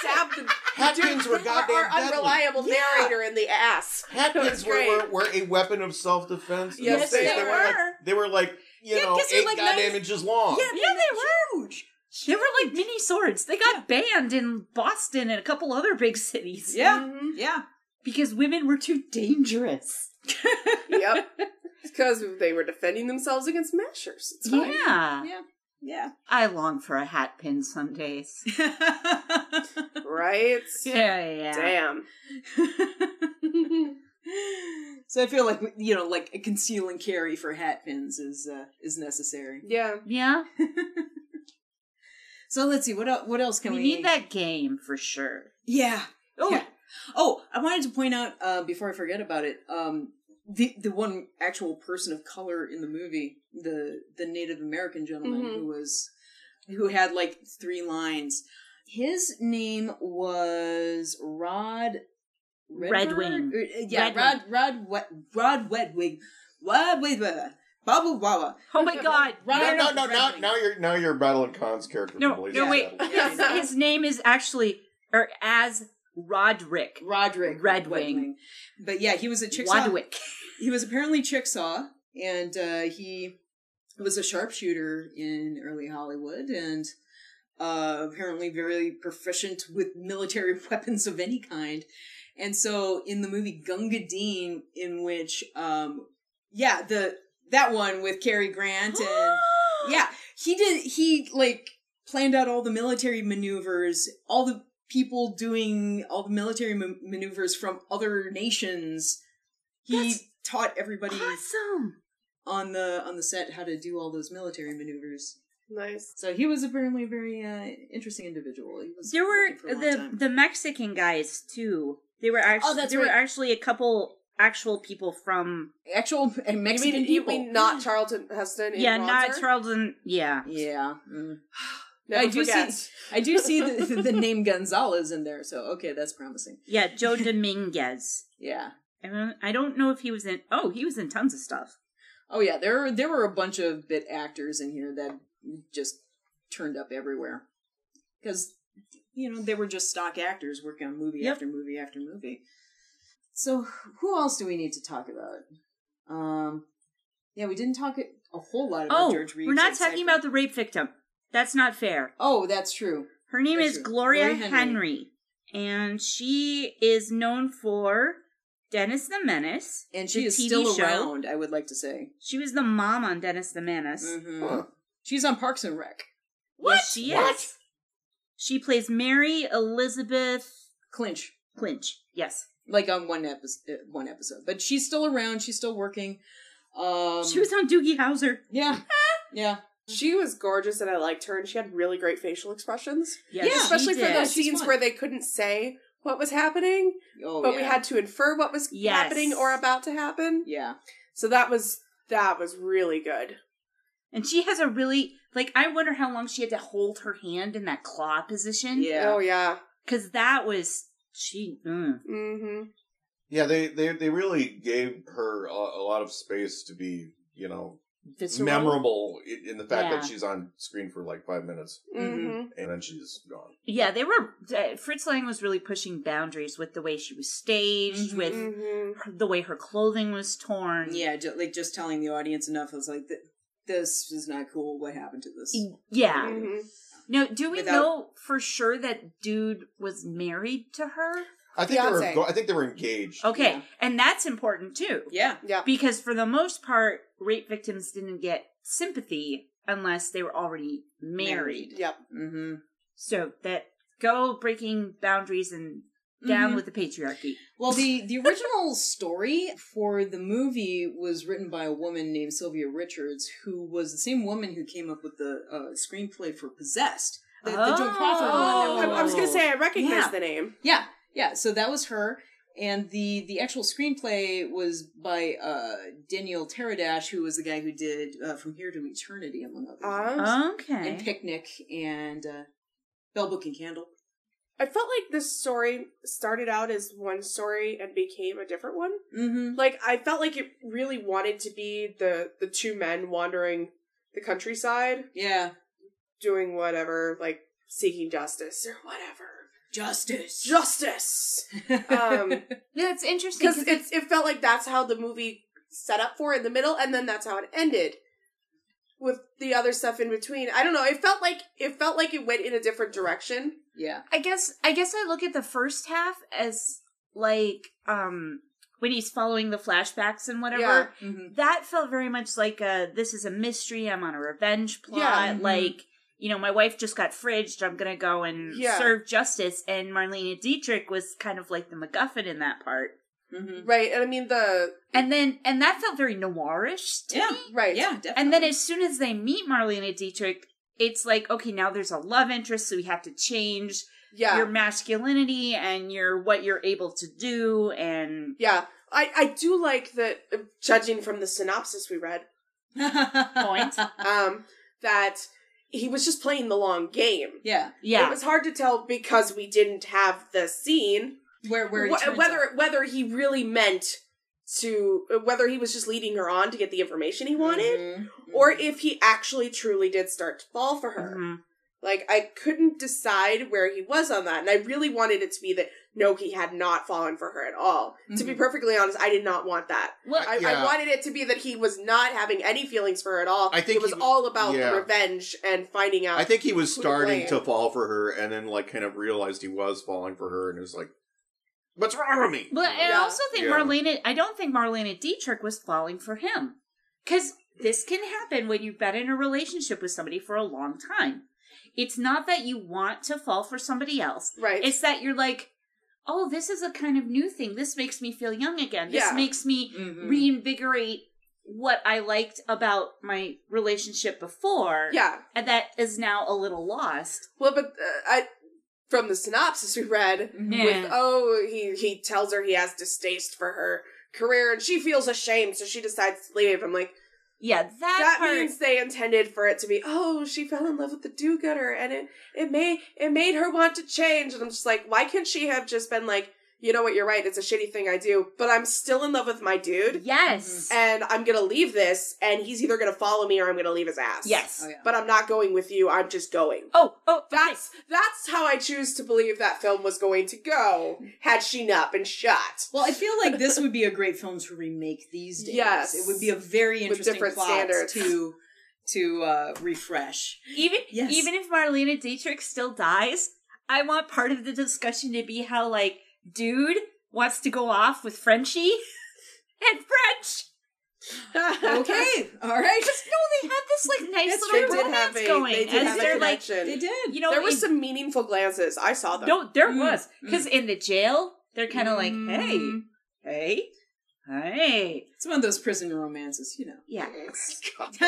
stabbed the Hatpins were dude, our, goddamn our deadly. unreliable Yeah. narrator in the ass. Hatpins That's were, were, great. were a weapon of self defense. Yes, they were. Like, they were like you Yeah, know 'cause they're eight like goddamn nice- inches long. Yeah, they were huge. They were like mini swords. They got banned in Boston and a couple other big cities. Yeah. Mhm. Yeah. Because women were too dangerous. yep. Because they were defending themselves against mashers. It's fine. Yeah. Yeah. I long for a hat pin some days. Right? Yeah, yeah. Damn. so I feel like you know, like a conceal and carry for hat pins is uh, is necessary. Yeah. Yeah. So let's see what el- what else can we we, need that game for sure. Yeah. Oh, Yeah. Oh, I wanted to point out uh, before I forget about it. Um, the the one actual person of color in the movie, the the Native American gentleman Mm-hmm. Mhm. who was who had like three lines. His name was Rod Redberg? Redwing. Or, uh, Yeah, Redwing. Rod Rod Wed- Rod Wedwig. Rod Wedwig. Babu Wawa. oh my god. Right. No, Iron no, up no, the now, red now you're now you're battling Khan's character. No, from Blazing no, wait. Saddles. His, his name is actually, or er, as Roderick Roderick Red Wing. But yeah, he was a Chickasaw. Wadwick. He was apparently Chickasaw, and uh, he was a sharpshooter in early Hollywood, and uh, apparently very proficient with military weapons of any kind. And so, in the movie Gunga Dean, in which, um, yeah, the that one with Cary Grant and yeah he did he like planned out all the military maneuvers all the people doing all the military ma- maneuvers from other nations he That's taught everybody Awesome. on the on the set how to do all those military maneuvers Nice. so he was apparently a very uh, interesting individual he was There working for were a long the time. the Mexican guys too. They were actually Oh, that's there were right. actually a couple actual people from actual uh, You mexican mean, you people mean not Charlton Heston? in yeah, Walter? not Charlton. Yeah, yeah mm. Never I do see- forgets. i do see the, the name gonzalez in there so okay that's promising yeah, Joe Dominguez. yeah I don't, I don't know if he was in. Oh, he was in tons of stuff. Oh yeah, there were there were a bunch of bit actors in here that just turned up everywhere because you know they were just stock actors working on movie Yep. after movie after movie. So who else do we need to talk about? Um, yeah, we didn't talk a whole lot about Oh, George Reeves. we're not and talking Seinfeld. about the rape victim. That's not fair. Oh, that's true. Her name That's is true. Gloria Gloria Henry. Henry. and she is known for Dennis the Menace. And she the is TV still show. around. I would like to say. She was the mom on Dennis the Menace. Mhm. Huh. She's on Parks and Rec. What? Yes, she is. She plays Mary Elizabeth Clinch. Clinch. Yes. Like on one episode, one episode, but she's still around. She's still working. Um, she was on Doogie Howser. Yeah. yeah. She was gorgeous, and I liked her, and she had really great facial expressions, Yes, Yeah, she especially for did. those She's scenes fun. where they couldn't say what was happening, Oh, but yeah. we had to infer what was Yes. happening or about to happen. Yeah. So that was that was really good. And she has a really like I wonder how long she had to hold her hand in that claw position. Yeah. Oh yeah. Cause that was she mm. Mm-hmm. Yeah, they, they, they really gave her a, a lot of space to be, you know, Visceral. memorable in, in the fact Yeah. that she's on screen for like five minutes Mm-hmm. and then she's gone. Yeah, they were uh, Fritz Lang was really pushing boundaries with the way she was staged, Mhm. with Mm-hmm. her, the way her clothing was torn. Yeah, ju- like just telling the audience enough. I was like, "Th- this is not cool. What happened to this? E E, Yeah. Mm-hmm. Now, do we Mm-hmm. Without- know for sure that dude was married to her? I think they were Fiancé. go- I think they were engaged. Okay, Yeah. and that's important too. Yeah. Yeah. Because for the most part, rape victims didn't get sympathy unless they were already married. Married. Yep. Mm-hmm. So that go breaking boundaries and down with the patriarchy. Mm-hmm. Well, the, the original story for the movie was written by a woman named Sylvia Richards, who was the same woman who came up with the uh, screenplay for Possessed. The, the Joe Crawford Oh. one. that I, we I was gonna watched. say I recognize Yeah. the name. Yeah, yeah. So that was her, and the the actual screenplay was by uh, Daniel Teradash, who was the guy who did uh, From Here to Eternity, among other Ah. things, Okay. and Picnic and uh, Bell Book and Candle. I felt like this story started out as one story and became a different one. Mm-hmm. Like I felt like it really wanted to be the the two men wandering the countryside Yeah, doing whatever, like seeking justice or whatever. justice. Justice. Um That's interesting. because it's it felt like that's how the movie set up for in the middle, and then that's how it ended with the other stuff in between. I don't know. It felt like it felt like it went in a different direction. yeah, I guess I guess I look at the first half as like um when he's following the flashbacks and whatever. Yeah. hmm That felt very much like a this is a mystery, I'm on a revenge plot, Yeah, mm-hmm. mhm. like you know, my wife just got fridged. I'm gonna go and Yeah. serve justice. And Marlene Dietrich was kind of like the MacGuffin in that part. hmm Right, and I mean the And then, and that felt very noirish to Yeah. me. right. Yeah, definitely. And then as soon as they meet Marlena Dietrich, it's like, okay, now there's a love interest, so we have to change yeah, your masculinity and your what you're able to do. And yeah. I I do like that. uh, Judging from the synopsis we read, point. um, that he was just playing the long game. Yeah, yeah, It was hard to tell because we didn't have the scene where where it Wh- turns whether out. whether he really meant to whether he was just leading her on to Mm-hmm. get the information he wanted Mhm. Mm-hmm. or if he actually truly did start to fall for her Mhm. Like I couldn't decide where he was on that, and I really wanted it to be that no, he had not fallen for her at all. To be Mhm. perfectly honest, I did not want that. Well, I, I Yeah. wanted it to be that he was not having any feelings for her at all. I think it was he- all about yeah. the revenge and finding out. I think he was who to starting blame. to fall for her, and then like kind of realized he was falling for her, and was like, "What's wrong with me?" But uh, I Yeah. also think Yeah. Marlena, I don't think Marlena Dietrich was falling for him. Because this can happen when you've been in a relationship with somebody for a long time. It's not that you want to fall for somebody else, right. it's that you're like, oh, this is a kind of new thing. This makes me feel young again. This Yeah. makes me Mhm. reinvigorate what I liked about my relationship before. yeah. And that is now a little lost. Well, but uh, I from the synopsis we read, Mhm. with oh he he tells her he has distaste for her career and she feels ashamed so she decides to leave i'm like Yeah, that, that part. means they intended for it to be oh she fell in love with the do-gooder and it it made it made her want to change and i'm just like why can't she have just been like you know what you're right it's a shitty thing i do but i'm still in love with my dude yes. and i'm gonna leave this and he's either gonna follow me or i'm gonna leave his ass Yes. Oh, yeah. but i'm not going with you i'm just going Oh, oh, okay. that's that's how I choose to believe that film was going to go had she not been shot. Well, I feel like this would be a great film to remake these days. Yes. it would be a very interesting different plot standards. to to uh, refresh. Even Yes. even if Marlena Dietrich still dies, I want part of the discussion to be how like dude wants to go off with Frenchie and French. Okay, all right, Because no, they had this like nice That's little true. romance going, they did and have a they're like, connection. they did. you know, there was in- some meaningful glances. I saw them. no, there Mm, was because in the jail they're kind of like, hey, Mm. hey, hey, It's one of those prison romances, you know. yeah, God. because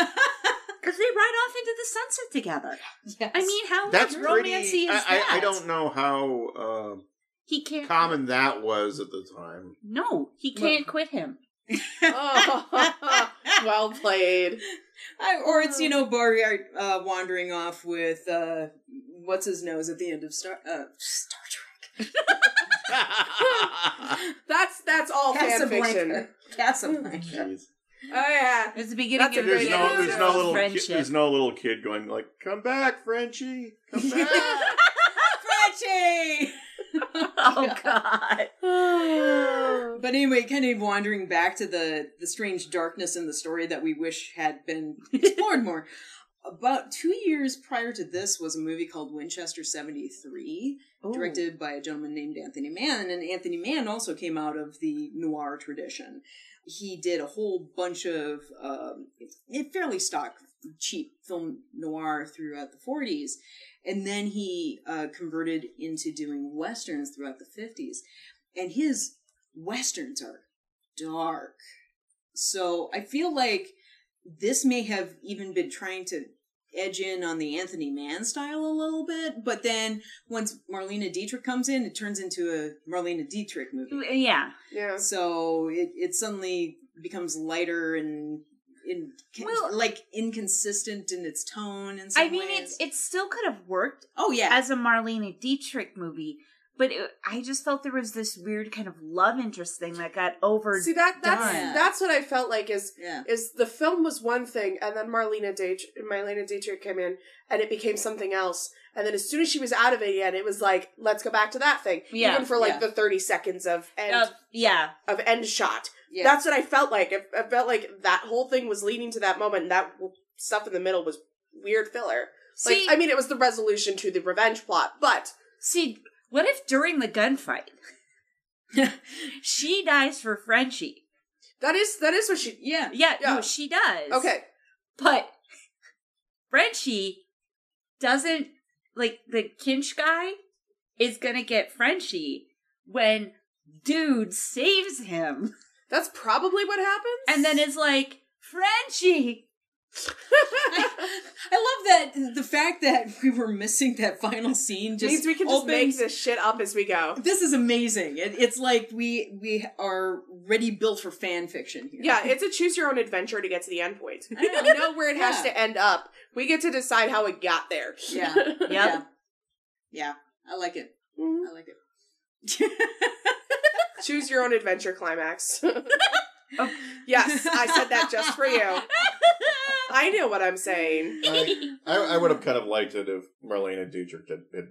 they ride off into the sunset together. Yes. I mean, how That's That's pretty. romancy I, is I, that? I don't know how He uh, can't. common that was at the time. No, he Look. can't quit him. Oh, well played. I, or it's oh. you know Beauregard uh, wandering off with uh, what's his nose at the end of Star uh, Star Trek. That's that's all fan fiction. Casablanca. Jeez. Oh yeah. It's the beginning That's a of There's great the no, idea. there's no little, kid, friendship. there's no little kid going like, "Come back, Frenchie, come back." Frenchie. oh God. But anyway, kind of wandering back to the the strange darkness in the story that we wish had been explored more. About two years prior to this was a movie called Winchester seventy three, Oh. directed by a gentleman named Anthony Mann, and Anthony Mann also came out of the noir tradition. He did a whole bunch of um, fairly stock, cheap film noir throughout the forties, and then he uh, converted into doing westerns throughout the fifties, and his westerns are dark. So I feel like this may have even been trying to edge in on the Anthony Mann style a little bit, but then once Marlena Dietrich comes in, it turns into a Marlena Dietrich movie. Yeah. Yeah. So it, it suddenly becomes lighter and in, Well- like inconsistent in its tone and I mean, it's it still could have worked oh yeah, as a Marlena Dietrich movie, but it, I just felt there was this weird kind of love interest thing that got over. See that that's Done. that's what I felt like is yeah. is the film was one thing, and then Marlena Dietrich, Marlena Dietrich came in, and it became something else. And then as soon as she was out of it again, it was like, let's go back to that thing, Yeah, even for like yeah. the thirty seconds of end Of- yeah. of end shot. yeah. That's what I felt like. It, I felt like that whole thing was leading to that moment, and that w- stuff in the middle was weird filler. Like, See, I mean, it was the resolution to the revenge plot, but see, what if during the gunfight, she dies for Frenchie? that is that is what she. yeah. Yeah, Yeah. no, she does. Okay, but Frenchie doesn't like the Kinch guy is gonna get Frenchie when dude saves him. that's probably what happens. and then it's like Frenchie. I love that the fact that we were missing that final scene just means we can just make opens- this shit up as we go. This is amazing. It, it's like we we are ready built for fan fiction here. Yeah, it's a choose your own adventure to get to the end point. I know. You know where it has Yeah. to end up. We get to decide how it got there. yeah, Yep. yeah, yeah. I like it. I like it. Choose your own adventure climax. Oh. yes, I said that just for you. I know what I'm saying. I, I, I would have kind of liked it if Marlena Dietrich had, had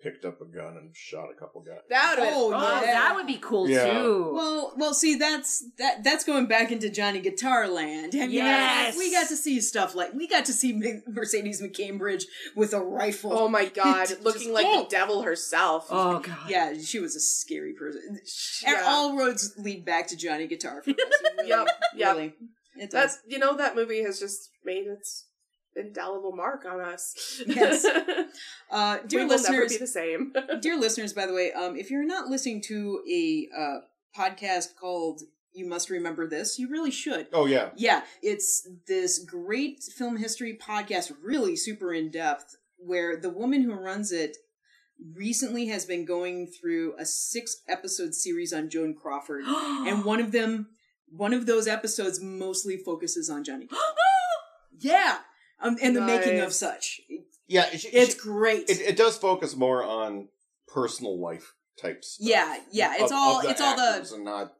picked up a gun and shot a couple guys. That would Oh, Oh, yeah. that would be cool Yeah. too. Well, well, see, that's that. That's going back into Johnny Guitar Land. Have you- Yes. we got to see stuff like we got to see Ma- Mercedes McCambridge with a rifle. Oh my god, Just- looking like the devil herself. oh god. yeah, she was a scary person. Yeah. And all roads lead back to Johnny Guitar. For us. Really, Yep, yep. really. It does. That's you know that movie has just made its indelible mark on us. Yes. Uh, we dear will never be listeners, the same. dear listeners, by the way, um, if you're not listening to a uh, podcast called "You Must Remember This," you really should. Oh yeah, Yeah, it's this great film history podcast, really super in depth, where the woman who runs it recently has been going through a six episode series on Joan Crawford, and one of them, one of those episodes, mostly focuses on Johnny. yeah, um, and the making of Nice. such. yeah. She, It's she- great. it, it does focus more on personal life types. yeah, yeah. It's all it's all the and not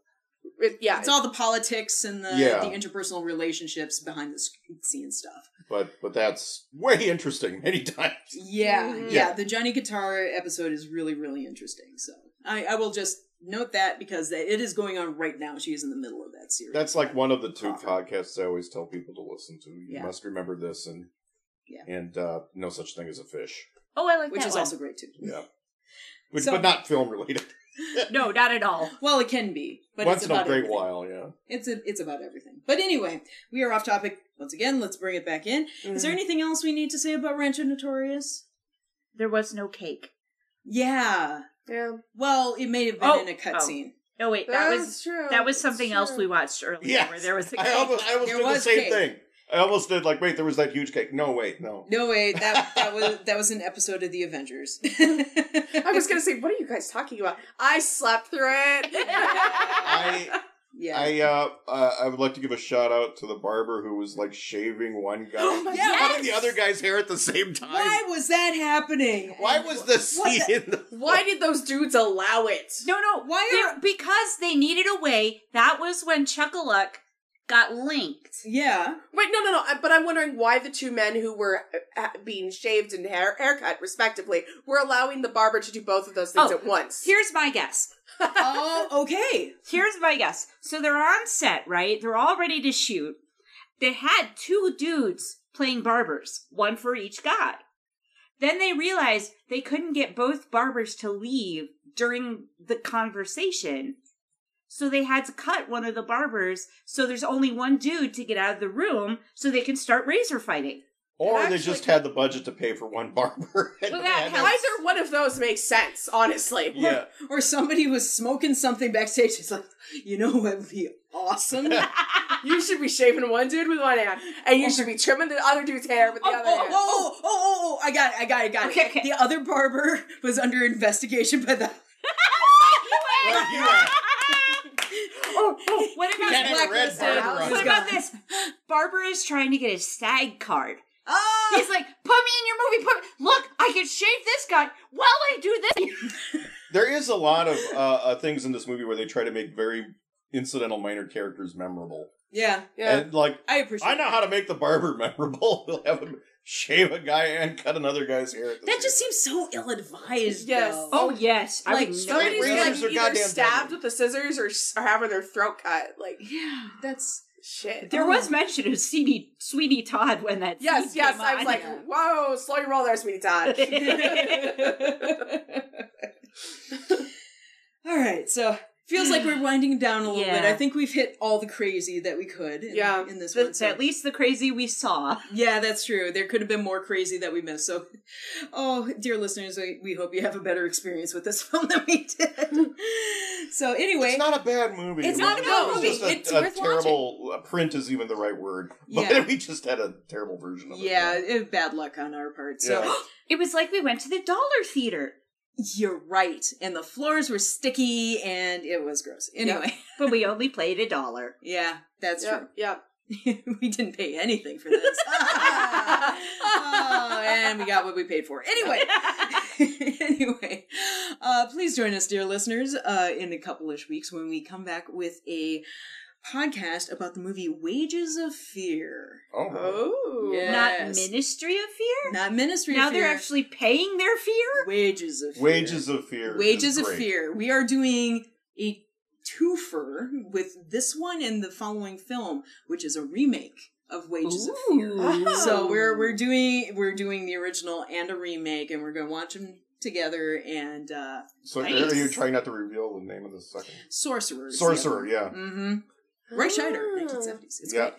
It- yeah, it's all the politics and the, Yeah. the interpersonal relationships behind the sc- scene stuff. but but that's way interesting many times. Yeah, Mhm. Mm-hmm. yeah. The Johnny Guitar episode is really, really interesting. So I, I will just note that because that- it is going on right now. She is in the middle of that series. Uh, That's like one of the two Crawford. podcasts I always tell people to listen to. You Yeah. must remember this and Yeah. and uh, no such thing as a fish. Oh, I like which that is one. also great too. Yeah, Which, So- but not film related. No, not at all. Well, it can be, but Once it's in a about great everything. while. Yeah. It's a, it's about everything. But anyway, we are off topic once again. Let's bring it back in. Mm. Is Mm. there anything else we need to say about Rancho Notorious? There was no cake. Yeah. yeah. Well, it may have been Oh, in a oh. cutscene. Oh wait, that That's was true. that was something That's else we true. watched earlier Yes. where there was a cake. I almost, I almost There did the was same cake. thing. I almost did like, wait, there was that huge cake. No, wait, no. No way. That that was that was an episode of the Avengers. I was gonna say, what are you guys talking about? I slept through it. I yeah. I uh, uh I would like to give a shout out to the barber who was like shaving one guy, Oh my Yes! cutting the other guy's hair at the same time. Why was that happening? Why was the scene What in the Why did those dudes allow it? No, no. Why they- are- because they needed a way. That was when Chuckaluck got linked. Yeah. Wait, no, no, no. I- But I'm wondering why the two men who were uh, uh, being shaved and hair haircut, respectively, were allowing the barber to do both of those things Oh, at once. Here's my guess. Oh, okay. Here's my guess. So they're on set, right? They're all ready to shoot. They had two dudes playing barbers, one for each guy. Then they realized they couldn't get both barbers to leave during the conversation. So they had to cut one of the barbers so there's only one dude to get out of the room so they can start razor fighting. Or It they actually- just had the budget to pay for one barber. and Well, that had helps. Either one of those makes sense, honestly. Yeah. Or somebody was smoking something backstage. It's like, you know what would be awesome? oh, You should be shaving one dude with one hand, and you should be trimming the other dude's hair with the oh, other oh, hand. oh, oh, oh, I got it, I got it, I got Okay, it. okay. The other barber was under investigation by the Right here. what about Get Black a red Blacklisted. barber Out. on What it. about this? Barbara is trying to get a SAG card. Oh He's like, put me in your movie. Put me- look, I can shave this guy while I do this. There is a lot of uh, uh, things in this movie where they try to make very incidental minor characters memorable. Yeah. Yeah. And like I appreciate I know how to make the barber memorable. We'll have him shave a guy and cut another guy's hair. At the That same just seems so ill advised. Yes. Oh Oh yes, I Like, would never Somebody's do razors getting that. are either goddamn stabbed deadly. with the scissors or, s- or having their throat cut. Like, Yeah. that's shit. There was mention of Sweeney, Sweeney Todd when that. Yes, scene yes. came I was on. like, whoa, slow your roll there, sweetie Todd. all right, so feels like we're winding down a little Yeah. bit. I think we've hit all the crazy that we could in, Yeah. in this one. That's so- at least the crazy we saw. Yeah, that's true. There could have been more crazy that we missed. So, oh, dear listeners, we, we hope you have a better experience with this film than we did. so, anyway, It's not a bad movie. It's I not mean, a bad it's movie. just a- It's a worth terrible uh, print is even the right word. But Yeah. we just had a terrible version of it. yeah, it, bad luck on our part. So, Yeah. It was like we went to the dollar theater, you're right. And the floors were sticky and it was gross. Anyway, but we only played a dollar. yeah, that's yeah, true. yeah. we didn't pay anything for this. oh, and we got what we paid for. Anyway. anyway, uh, please join us, dear listeners, uh, in a couple-ish weeks when we come back with a podcast about the movie Wages of Fear. Oh, Oh. Yeah. Not Yes. Ministry of Fear? Not Ministry now of Fear. they're actually paying their fear? Wages of Fear. wages of fear. is Wages of great. Fear. We are doing a twofer with this one and the following film, which is a remake of Wages of Fear. Ooh. So we're we're doing we're doing the original and a remake, and we're gonna watch them together. And uh, So Nice. are you trying not to reveal the name of the second Sorcerer. sorcerer? Yeah. Mm-hmm. Roy Scheider, 1970s. It's Yeah. great.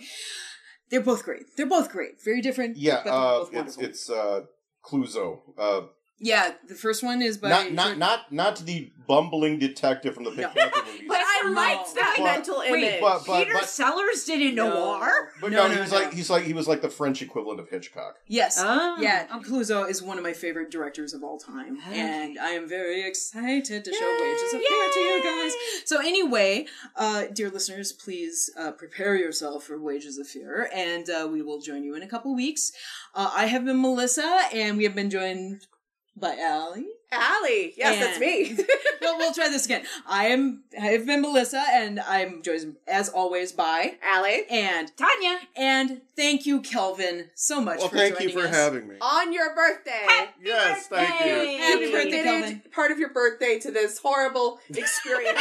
They're both great. They're both great. Very different. Yeah, but they're uh, both it's wonderful. it's uh, Cluzo. Uh, yeah. The first one is by not not not not the bumbling detective from the Big No. Panther movies. But I No. liked that. But- Mental Wait, image. but- Peter Sellers did a No. noir? But No, no, no, he was no. like he's like he was like the French equivalent of Hitchcock. Yes. Oh, yeah, okay. Cluzo is one of my favorite directors of all time, Okay. and I am very excited to show Yay! Wages of Fear to you guys. So anyway, uh, dear listeners, please uh, prepare yourself for Wages of Fear, and uh, we will join you in a couple weeks. Uh, I have been Melissa, and we have been joined by Allie. Allie. Yes, And- that's me. well, we'll try this again. I am I have been Melissa, and I'm joined as always by Allie. and Tanya. and thank you, Kelvin, so much. for joining us. me. On your birthday. Yes, thank you. Happy You birthday, Kelvin. committed part of your birthday to this horrible experience.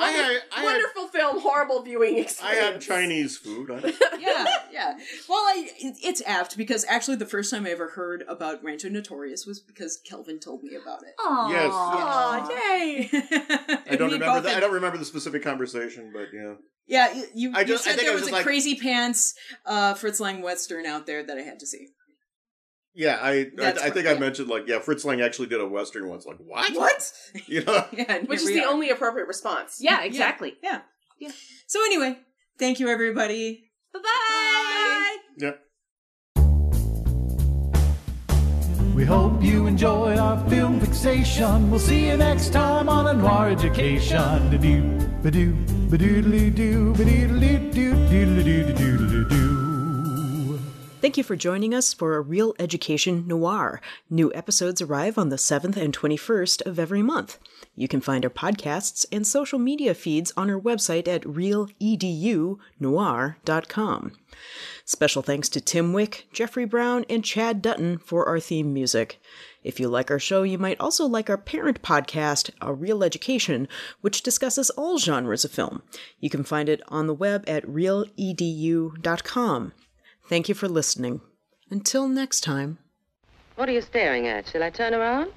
I had, I had, Wonderful film, horrible viewing I experience. had Chinese food. I, yeah, yeah. Well, I, it- it's apt because actually the first time I ever heard about Rancho Notorious was because Kelvin told me about it. Aw. Yes. Aw, yay. I don't remember that. I don't remember the specific conversation, but yeah. Yeah, you, you, I you just- I said think I there was was, just a like- crazy pants uh, Fritz Lang Western out there that I had to see. Yeah, I I, That's I right, think I yeah. mentioned like yeah, Fritz Lang actually did a western once. Like what? What? You know? Yeah, and Which here is we the are. only appropriate response. Yeah, exactly. Yeah. Yeah. So anyway, thank you everybody. Bye-bye. Yeah. We hope you enjoy our film fixation. We'll see you next time on a noir education. Da-doo, ba-doo, ba-doodly-doo, ba-doodly-doo, doodly-doo-doo-doo-doo. Thank you for joining us for a real education noir. New episodes arrive on the 7th and 21st of every month. You can find our podcasts and social media feeds on our website at realedunoir.com. Special thanks to Tim Wick, Jeffrey Brown, and Chad Dutton for our theme music. If you like our show, you might also like our parent podcast, A Real Education, which discusses all genres of film. You can find it on the web at realedu.com. Thank you for listening. Until next time. What are you staring at? Shall I turn around?